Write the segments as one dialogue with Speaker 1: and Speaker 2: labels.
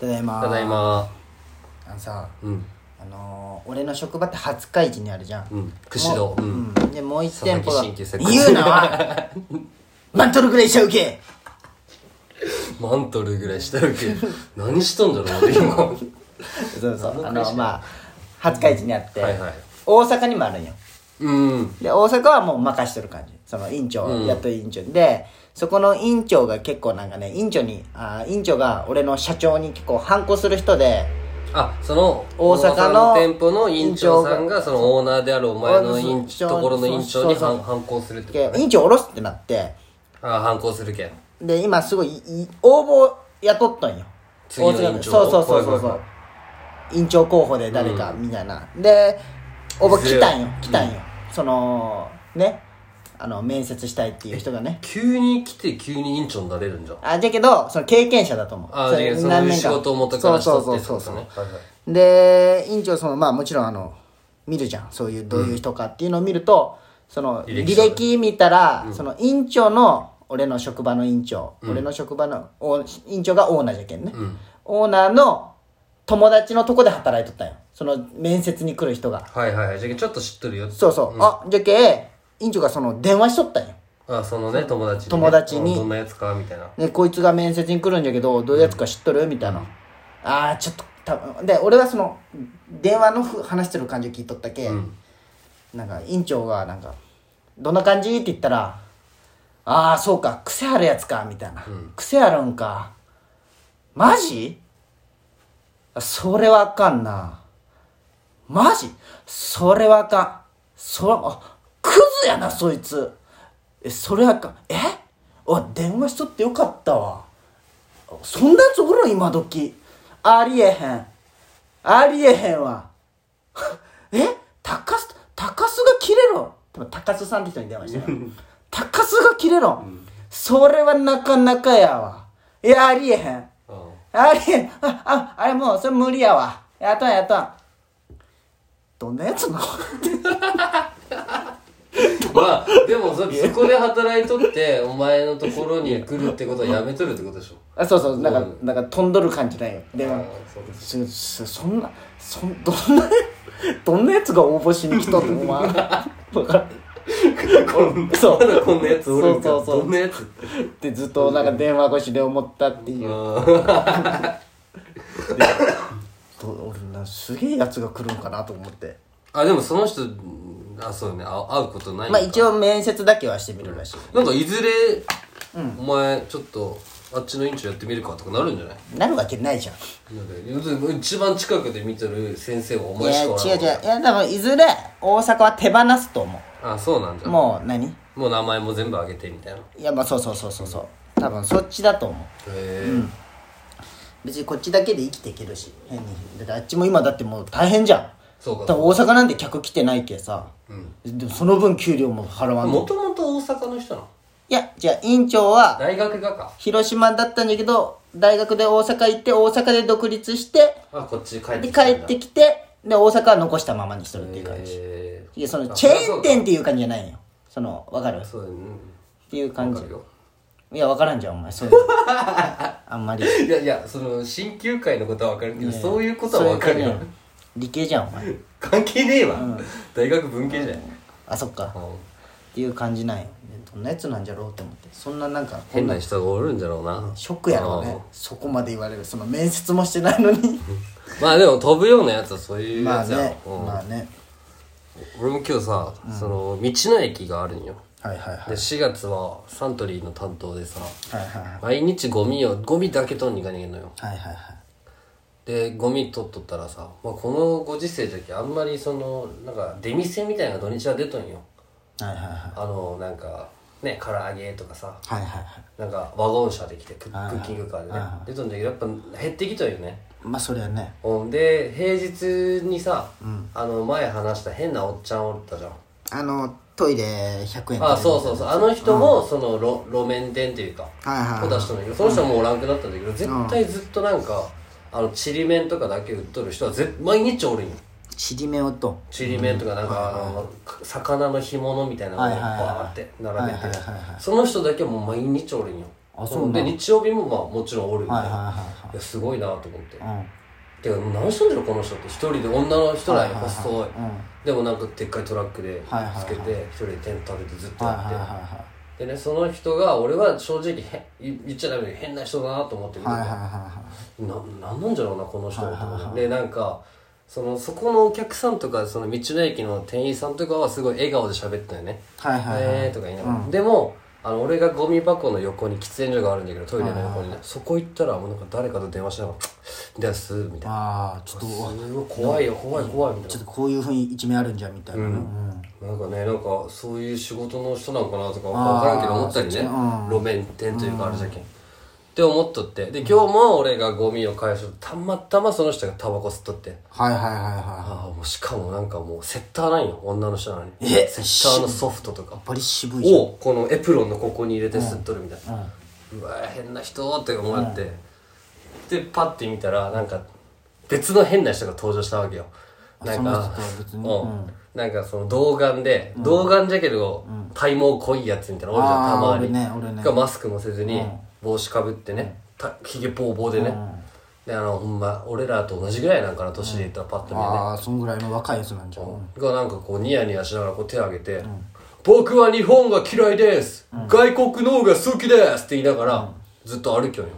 Speaker 1: ただいま
Speaker 2: ただいま
Speaker 1: あのさ
Speaker 2: うん
Speaker 1: あのー俺の職場って廿日市にあるじゃん
Speaker 2: うん釧路
Speaker 1: もう
Speaker 2: うんん
Speaker 1: でもう一店舗が
Speaker 2: 佐々木新規設置
Speaker 1: 言うなはマントルぐらいしちゃうけ
Speaker 2: マントルぐらいしたわけ何しとんだろう俺今は
Speaker 1: そうそうあのまあ廿日市にあって、
Speaker 2: いはい
Speaker 1: 大阪にもあるんよ
Speaker 2: うん
Speaker 1: で大阪はもう任してる感じその院長、
Speaker 2: うん
Speaker 1: やっと院長でそこの院長が結構なんかね院長にあー院長が俺の社長に結構反抗する人で
Speaker 2: あその
Speaker 1: 大阪の
Speaker 2: 店舗の院長さんがそのオーナーであるお前の院
Speaker 1: 院長
Speaker 2: ところの院長に
Speaker 1: そうそう
Speaker 2: 反反抗するってこと
Speaker 1: け
Speaker 2: ね
Speaker 1: 院長下ろすってなって
Speaker 2: あ反抗するけん
Speaker 1: で今すごいいい応募雇っとんよ
Speaker 2: 次の
Speaker 1: 大阪
Speaker 2: 院長
Speaker 1: そうそうそうそうそ
Speaker 2: はいう
Speaker 1: 院長候補で誰かみたいな、で応募来たんよ来たんよ、そのねあの面接したいっていう人がね
Speaker 2: 急に来て急に院長になれるんじゃん
Speaker 1: あじゃけどその経験者だと思う
Speaker 2: あ
Speaker 1: そ
Speaker 2: じ
Speaker 1: れ
Speaker 2: ゃあその
Speaker 1: 何年
Speaker 2: 仕
Speaker 1: か
Speaker 2: 事を元からしとって
Speaker 1: そうそうそうそう
Speaker 2: ってことねはいはい
Speaker 1: で院長そのまあもちろんあの見るじゃんそういうどういう人かっていうのを見ると、その履
Speaker 2: 履
Speaker 1: 歴
Speaker 2: 歴書
Speaker 1: 見たら、その院長の俺の職場の院長、俺の職場のお院長がオーナーじゃけんね、
Speaker 2: ん
Speaker 1: オーナーの友達のとこで働いとったんよその面接に来る人が
Speaker 2: はいはいはいじゃあちょっと知っとるよ
Speaker 1: そうそう、あじゃけ院長がその電話しとったんよ
Speaker 2: あそのね友達にね
Speaker 1: 友達に
Speaker 2: うんどんなやつかみたいな
Speaker 1: でこいつが面接に来るんじゃけどどういうやつか知っとる、みたいなああちょっと多分で俺はその電話のふ話してる感じを聞いとったけ、なんか院長がなんか「どんな感じ?」って言ったら「ああそうか癖あるやつか」みたいな「癖あるんかマジあそれはあかんなマジそれはあかんそれあクズやなそいつえそれはあかんえお電話しとってよかったわそんなやつおるん今時ありえへんありえへんわ え高須高須が切れろでも高須さんって人に電話してる高須が切れろ、それはなかなかやわいやありえへん
Speaker 2: うん
Speaker 1: あれ、あ、あ、あれもう、それ無理やわ。やっとんやっとん。どんなやつなの
Speaker 2: まあでもそそこで働いとってお前のところに来るってことはやめとるってことでしょ
Speaker 1: あ、そうそう、なんか、なんか飛んどる感じだよ。で
Speaker 2: あ
Speaker 1: も、
Speaker 2: ーそうです
Speaker 1: そ、そ、そんな、そん、 どんな、どんなやつが応募しに来とって、お前。わからん
Speaker 2: こんな
Speaker 1: そう
Speaker 2: こんなやつおるんか
Speaker 1: そうそうそう
Speaker 2: どんなやつ
Speaker 1: ってずっとなんか電話越しで思ったっていう。 ど俺な、すげえやつが来るんかなと思って。
Speaker 2: あでもその人うんあそうねあ会うことないの
Speaker 1: ま
Speaker 2: か
Speaker 1: あ一応面接だけはしてみるらしい。
Speaker 2: なんかいずれ、お前ちょっとあっちの院長やってみるかとかなるんじゃない
Speaker 1: なるわけないじゃん。
Speaker 2: なんか要するに一番近くで見てる先生はお
Speaker 1: い
Speaker 2: 前
Speaker 1: や、
Speaker 2: し
Speaker 1: 違
Speaker 2: か
Speaker 1: う
Speaker 2: おらん
Speaker 1: 違う。いや、多分いずれ大阪は手放すと思
Speaker 2: あそうなんじ
Speaker 1: う。
Speaker 2: ゃん
Speaker 1: もう何
Speaker 2: もう名前も全部あげてみたいない
Speaker 1: やまあそうそうそうそうそう多分そっちだと思う
Speaker 2: へえ、
Speaker 1: 別にこっちだけで生きていけるし変にだってあっちも今だってもう大変じゃん
Speaker 2: そうか
Speaker 1: 多分大阪なんて客来てないけさ、でもその分給料も払わん
Speaker 2: も
Speaker 1: の
Speaker 2: ともと大阪の人なの
Speaker 1: いやじゃあ院長は
Speaker 2: 大学がか
Speaker 1: 広島だったんだけど大学で大阪行って大阪で独立して
Speaker 2: あこっち帰って
Speaker 1: で
Speaker 2: きたんだ
Speaker 1: 帰ってきてで大阪は残したままにするっていう感じ
Speaker 2: へえ
Speaker 1: いやそのチェーン店っていう感じじゃないよそのわかるっ
Speaker 2: そうだね
Speaker 1: ていう感
Speaker 2: わ
Speaker 1: じ
Speaker 2: かるよ
Speaker 1: いやわからんじゃんお前そういうの あんまり
Speaker 2: いやいやその新旧会のことはわかるけど、そういうことはわかる
Speaker 1: そう
Speaker 2: よ
Speaker 1: いうことね理系じゃんお前
Speaker 2: 関係ねえわ、大学文系じゃん、
Speaker 1: あそっか
Speaker 2: うん
Speaker 1: っていう感じなんよねどんなやつなんじゃろうって思ってそんななんかこん
Speaker 2: 変
Speaker 1: な
Speaker 2: な人がおるんだろうな
Speaker 1: ショックやろうねそこまで言われるその面接もしてないの に
Speaker 2: まあでも飛ぶようなやつはそういう
Speaker 1: ま
Speaker 2: や
Speaker 1: あ
Speaker 2: つやろ、
Speaker 1: ね
Speaker 2: うん
Speaker 1: まあね
Speaker 2: 俺も今日さ、その道の駅があるんよ
Speaker 1: はいはいはい
Speaker 2: で4月はサントリーの担当でさ
Speaker 1: はいはいはい
Speaker 2: 毎日ゴミをゴミだけ取んに行かねえのよ
Speaker 1: はいはいはい
Speaker 2: でゴミ取っとったらさ、まあ、このご時世じゃけあんまりそのなんか出店みたいな土日は出とんよ
Speaker 1: はいはいはい
Speaker 2: あのなんかね唐揚げとかさ
Speaker 1: はいはいはい
Speaker 2: なんかワゴン車で来てクク
Speaker 1: はいはい
Speaker 2: ッキングカーで
Speaker 1: は
Speaker 2: ね
Speaker 1: いは
Speaker 2: 出とんだけどやっぱ減ってきとんよね
Speaker 1: まあそれはね
Speaker 2: ほんで平日にさ、あの前話した変なおっちゃんおったじゃん
Speaker 1: あのトイレ100円
Speaker 2: あそうそうそうあの人もその路路面店というか
Speaker 1: はいはいはい
Speaker 2: を出したんだけどその人はもうおらんくなったんだけど絶対ずっとなんかあのちりめんとかだけ売っとる人はぜ毎日おるんよ
Speaker 1: ちりめんをと
Speaker 2: ちりめんとかなんかあの魚の干物みたいなのを
Speaker 1: はいはいはい
Speaker 2: バーって並べ
Speaker 1: はい
Speaker 2: て
Speaker 1: はいはいはい
Speaker 2: その人だけはもう毎日おるんよ
Speaker 1: ああそうな
Speaker 2: で
Speaker 1: んだ
Speaker 2: 日曜日もまあもちろんおるみた
Speaker 1: はいいはい
Speaker 2: な、い
Speaker 1: は
Speaker 2: やすごいなと思って
Speaker 1: いはい
Speaker 2: てかもう何しとんねんこの人って一人で女の人
Speaker 1: は
Speaker 2: なん
Speaker 1: い
Speaker 2: や
Speaker 1: はいはい
Speaker 2: 細い、
Speaker 1: うんはい
Speaker 2: でもなんかでっかいトラックで
Speaker 1: はいはいはい
Speaker 2: つけて一人でテント立ててずっと
Speaker 1: はい
Speaker 2: やって、
Speaker 1: はいは
Speaker 2: でねその人が俺は正直へ言言っちゃダメで変な人だなと思ってる
Speaker 1: いはいはいはいは
Speaker 2: ななんなんじゃろうなこの人
Speaker 1: はいはいはい
Speaker 2: でなんかそのそこのお客さんとかその道の駅の店員さんとかはすごい笑顔で喋ったよね
Speaker 1: い
Speaker 2: 「
Speaker 1: はいはい
Speaker 2: えー」とか言いながら、でもあの俺がゴミ箱の横に喫煙所があるんだけどトイレの横にねそこ行ったらもうなんか誰かと電話しながら「です」みたいな
Speaker 1: ああちょっとうわ
Speaker 2: すごい怖いよ怖い怖いみたいな
Speaker 1: ちょっとこういうふうに一面あるんじゃみたいなねうん
Speaker 2: なんかねなんかそういう仕事の人なのかなとかわからんけど思ったりね、
Speaker 1: あー
Speaker 2: 路面店というかあれじゃけん、って思っとってで今日も俺がゴミを返すとたまたまその人がタバコ吸っとって
Speaker 1: はいはいはいはい
Speaker 2: ああもうしかもなんかもうセッターなんよ女の人なのに
Speaker 1: え
Speaker 2: セッターのソフトとか
Speaker 1: バリ渋いじゃん
Speaker 2: をこのエプロンのここに入れて吸っとるみたいな、うわ変な人って思って、でパッて見たらなんか別の変な人が登場したわけよな
Speaker 1: そ
Speaker 2: んか
Speaker 1: の人とは別に
Speaker 2: うんなんかその童顔で、童顔じゃけど、体毛濃いやつみたいなのおるじゃん
Speaker 1: あー
Speaker 2: たまに、
Speaker 1: おるねおるね
Speaker 2: がマスクもせずに、帽子かぶってねたひげぼうぼうでね、であのほんま俺らと同じぐらいなんかな年で言ったらパッと見えね、
Speaker 1: ああそんぐらいの若いやつなんじゃんうん
Speaker 2: がなんかこうニヤニヤしながらこう手を挙げて、僕は日本が嫌いです、外国の方が好きですって言いながら、ずっと歩きよんよ、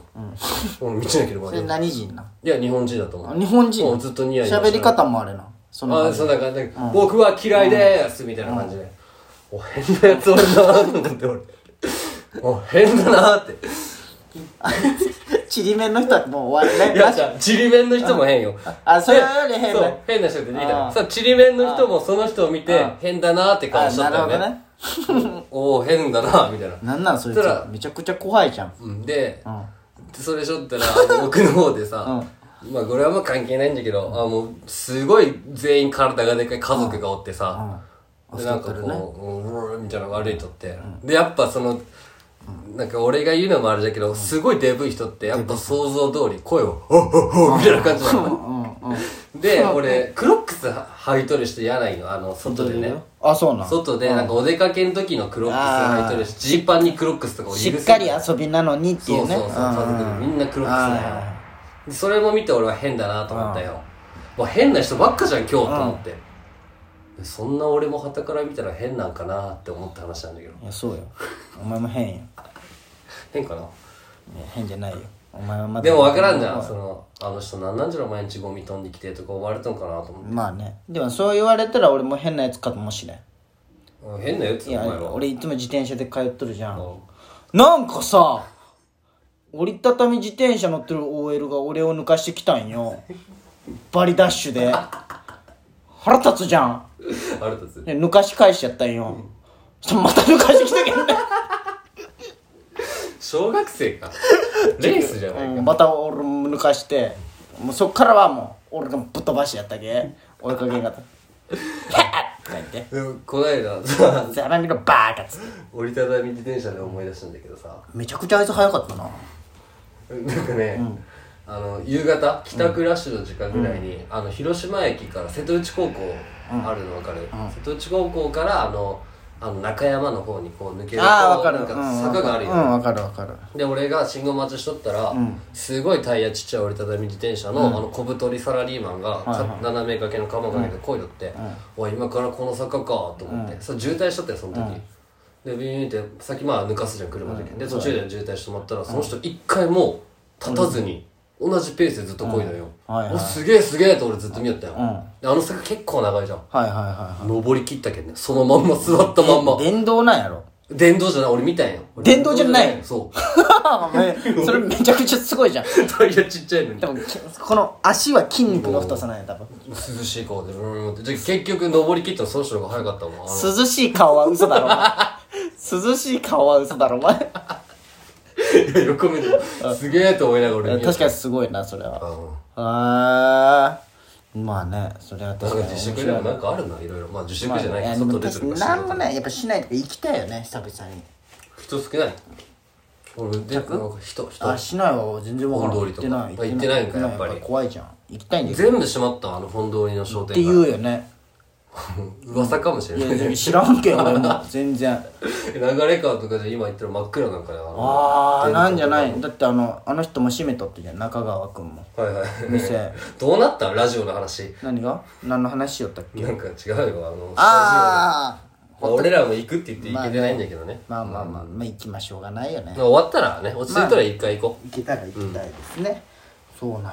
Speaker 2: うん、道なきの
Speaker 1: そ
Speaker 2: 前
Speaker 1: れ
Speaker 2: で
Speaker 1: 何人ない
Speaker 2: や日本人だと思
Speaker 1: あ
Speaker 2: う
Speaker 1: 日本人
Speaker 2: も
Speaker 1: な
Speaker 2: うずっとニヤニヤ
Speaker 1: 喋り方もあれなその
Speaker 2: あそうなんか、ね僕は嫌いです、みたいな感じで、お変なやつおるなーと思って俺 お変だなーって
Speaker 1: ちりめんの人はもう終わりね
Speaker 2: いやじゃあちりめんの人も変よ
Speaker 1: あそれより変
Speaker 2: そ
Speaker 1: だ
Speaker 2: う変な人って出てき
Speaker 1: あ
Speaker 2: た
Speaker 1: ー
Speaker 2: そうちりめんの人もその人を見て変だなーって顔
Speaker 1: あ
Speaker 2: しと
Speaker 1: な
Speaker 2: っ
Speaker 1: る
Speaker 2: たよ
Speaker 1: ほ
Speaker 2: ね
Speaker 1: どね
Speaker 2: おお変だなみたいな、
Speaker 1: なんなんそいつ
Speaker 2: そしたら
Speaker 1: めちゃくちゃ怖いじゃん
Speaker 2: うん、で、
Speaker 1: うん
Speaker 2: それしょったら奥の方でさ、まあこれはまあ関係ないんだけど、あもうすごい全員体がでかい家族がおってさ、でなんかこう、うんうーみたいなのが歩いとって、でやっぱそのなんか俺が言うのもあれだけど、すごいデブい人ってやっぱ想像通り声を「おっおっおっみたいな感じな の
Speaker 1: うんうん
Speaker 2: で俺クロックス履いとる人嫌ないのあの外でね
Speaker 1: あそうなん
Speaker 2: 外でなんかお出かけの時のクロックス履いとるしジーパンにクロックスとかを許
Speaker 1: し
Speaker 2: せ
Speaker 1: っ
Speaker 2: ない
Speaker 1: かり遊びなのにってい
Speaker 2: そうう
Speaker 1: ね
Speaker 2: そうそう家族でみんな黒くするの
Speaker 1: はいはい
Speaker 2: よ
Speaker 1: は
Speaker 2: でそれも見て俺は変だなと思ったよもう変な人ばっかじゃん今日と思ってでそんな俺も傍から見たら変なんかなって思った話なんだけど
Speaker 1: いやそうよ お前も変よいや
Speaker 2: 変かな
Speaker 1: 変じゃないよお前はまだ
Speaker 2: でも分からんじゃんそのあの人なんなんじゃろ毎日ゴミ飛んできてとか思われたんかなと思って
Speaker 1: まあねでもそう言われたら俺も変なやつかもしれん
Speaker 2: うん変なやつお
Speaker 1: い
Speaker 2: 前
Speaker 1: や
Speaker 2: は
Speaker 1: 俺いつも自転車で通っとるじゃん
Speaker 2: ん
Speaker 1: なんかさ折りたたみ自転車乗ってる OL が俺を抜かしてきたんよバリダッシュで腹立つじゃん
Speaker 2: あれたつ
Speaker 1: で抜かし返しちゃったんよそしたらまた抜かしてきたけどね
Speaker 2: 小学生 かレースじゃないか
Speaker 1: また俺も抜かしてもうそっからはもう俺がぶっ飛ばしてやったけ追いかけんかった 「はっ!」とか言って
Speaker 2: でもこない ださ
Speaker 1: 「ざらみろバーカ」っつって
Speaker 2: 折りたたみ自転車で思い出したんだけどさ
Speaker 1: めちゃくちゃあいつ早かったな
Speaker 2: なんかね、あの夕方帰宅ラッシュの時間ぐらいに、あの広島駅から瀬戸内高校あるの分かる、瀬戸内高校からあのあの中山の方にこう抜けると
Speaker 1: ああわか
Speaker 2: な
Speaker 1: る
Speaker 2: んか坂があるよ、
Speaker 1: うんわかるわかる
Speaker 2: で俺が信号待ちしとったら、すごいタイヤちっちゃい折りたたみ自転車の、あの小太りサラリーマンが、か斜め掛けの鎌掛けでこいよって、おい今からこの坂かと思って、そう渋滞しとったよその時、でビューンって先まあ抜かすじゃん車だけ、で途中で渋滞して止まったら、その人一回も立たずに、同じペースでずっとこいのよ、
Speaker 1: はいはい
Speaker 2: おすげえすげえと俺ずっと見よったよ、であの坂結構長いじゃん
Speaker 1: はいはいは
Speaker 2: 登り切ったけんねそのまんま座ったまんま
Speaker 1: いはい電動なん やろ
Speaker 2: 電動じゃない俺見たんよ俺
Speaker 1: 電動じゃない
Speaker 2: 電動そう
Speaker 1: お前それめちゃくちゃすごいじゃん
Speaker 2: タイヤちっちゃいのに
Speaker 1: 多分きこの足は筋肉の太さなんや多分
Speaker 2: 涼しい顔でうーんってじゃあ結局登り切ったらその人が早かったもんあの
Speaker 1: 涼しい顔は嘘だろお 前涼しい顔は嘘だろお前
Speaker 2: 横目ですげえと思いながら俺見よう
Speaker 1: 確かにすごいなそれは
Speaker 2: うん
Speaker 1: あーまあねそれは
Speaker 2: なん
Speaker 1: 確
Speaker 2: か
Speaker 1: かに面
Speaker 2: 自粛
Speaker 1: 白い
Speaker 2: でもなんかあるないろいろまあ自粛じゃない
Speaker 1: や
Speaker 2: け
Speaker 1: で
Speaker 2: ど
Speaker 1: も
Speaker 2: 外出て
Speaker 1: 確か
Speaker 2: る
Speaker 1: に
Speaker 2: か
Speaker 1: 何もないやっぱしないとか行きたいよね久々に
Speaker 2: 人少ない俺でなんか人人
Speaker 1: あしないわ全然わからん
Speaker 2: 大通りとか
Speaker 1: 行って
Speaker 2: あ
Speaker 1: ない
Speaker 2: 行ってないんかやっぱり
Speaker 1: 怖いじゃん行きたいんだけど
Speaker 2: 全部閉まっとあの本通りの商
Speaker 1: って
Speaker 2: 店
Speaker 1: 言
Speaker 2: 街
Speaker 1: うよね
Speaker 2: 噂かもしれ
Speaker 1: い
Speaker 2: な
Speaker 1: や
Speaker 2: い
Speaker 1: 全然知らん けん俺も全然
Speaker 2: 流れ川とかじゃ今言ったら真っ暗なんかだよ
Speaker 1: ああなんじゃないだってあのあの人も閉めとってじゃん中川君も
Speaker 2: はいはい
Speaker 1: 店
Speaker 2: どうなったラジオの話
Speaker 1: 何が何の話しよったっけ
Speaker 2: なんか違うよあの
Speaker 1: あ
Speaker 2: スタジオまあ俺らも行くって言って行けてないんだけどね
Speaker 1: あ、まあまあまあまあ行きましょうがないよね
Speaker 2: まあ終わったらね落ち着いたら一回行こ
Speaker 1: 行けたら行きたいですね、そうなんよ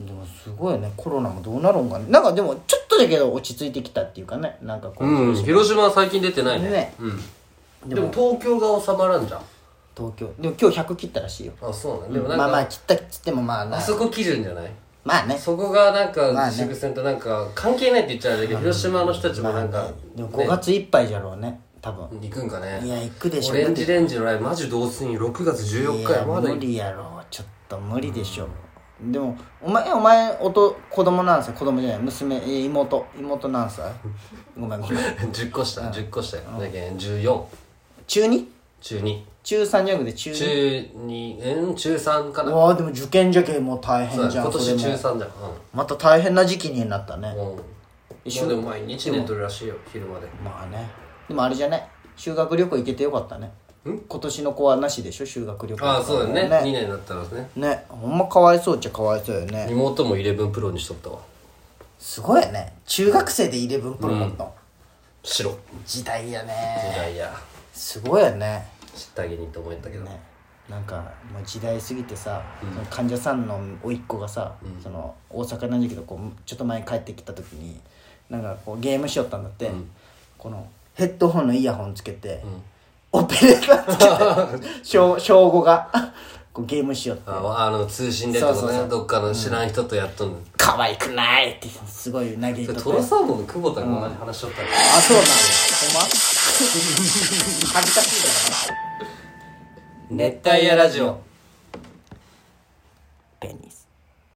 Speaker 1: でもすごいねコロナもどうなるんかねなんかでもちょっとだけど落ち着いてきたっていうかねなんかこ
Speaker 2: う
Speaker 1: う、
Speaker 2: うん広島は最近出てないね
Speaker 1: ね
Speaker 2: うんでも東京が収まらんじゃん
Speaker 1: 東京でも今日100切ったらしいよ
Speaker 2: あそうなんでもなん
Speaker 1: まあ
Speaker 2: か
Speaker 1: まあ切ったっつってもまあな
Speaker 2: あそこ基準じゃない
Speaker 1: まあね
Speaker 2: そこがなん
Speaker 1: まあ
Speaker 2: か
Speaker 1: ね
Speaker 2: 自粛戦となんか関係ないって言っちゃうんだけど広島の人たちもなんか
Speaker 1: でも5月いっぱいじゃろうね多分
Speaker 2: 行くんかね
Speaker 1: いや行くでしょ
Speaker 2: オレンジレンジのライブマジ同数に6月14
Speaker 1: い
Speaker 2: 日や
Speaker 1: や
Speaker 2: まだ
Speaker 1: 無理やろちょっと無理でしょでもお前お前おと子供なん歳子供じゃない娘えー妹妹なん歳ごめんごめん
Speaker 2: 10個下10個下よだけん14
Speaker 1: 中 2?
Speaker 2: 中2
Speaker 1: 中3じゃなくて中2
Speaker 2: 中2うん中3か
Speaker 1: う
Speaker 2: な
Speaker 1: わあでも受験じゃけんもう大
Speaker 2: そう
Speaker 1: 変じ
Speaker 2: だ
Speaker 1: ゃ
Speaker 2: 今
Speaker 1: んそ
Speaker 2: 年
Speaker 1: れ
Speaker 2: 中
Speaker 1: も
Speaker 2: 3じゃん
Speaker 1: また大変な時期になったね
Speaker 2: うんうん
Speaker 1: 一
Speaker 2: まあでも毎日寝とるらしいよ昼まで
Speaker 1: まあねでもあれじゃね修学旅行行けてよかったね今年の子はなしでしょ修学旅行
Speaker 2: ああそうだよね2年だったらね
Speaker 1: ねほんまかわいそうっちゃかわいそうよね
Speaker 2: 妹も11プロにしとったわ
Speaker 1: すごいよね中学生で11プロ持ったの、
Speaker 2: 白
Speaker 1: 時代や
Speaker 2: い
Speaker 1: ね
Speaker 2: やいや
Speaker 1: すごいよね
Speaker 2: 知ってあげにと思ったけど
Speaker 1: ねなんかもう時代過ぎてさ、その患者さんの甥っ子がさ、その大阪なんだけどこうちょっと前に帰ってきた時になんかこうゲームしよったんだって、このヘッドホンのイヤホンつけて、オペレーターつ けて小小5がこうゲームしよって
Speaker 2: ああの通信でってこと
Speaker 1: そうそうそ
Speaker 2: ね
Speaker 1: う
Speaker 2: どっかの知らん人とやっとんの
Speaker 1: 可愛くないってすごい投げとって
Speaker 2: トロサーモンの久保田が同じ話しとったから
Speaker 1: あそうなんやほんま恥ずかしいだろ
Speaker 2: 熱帯夜ラジオ
Speaker 1: ペニス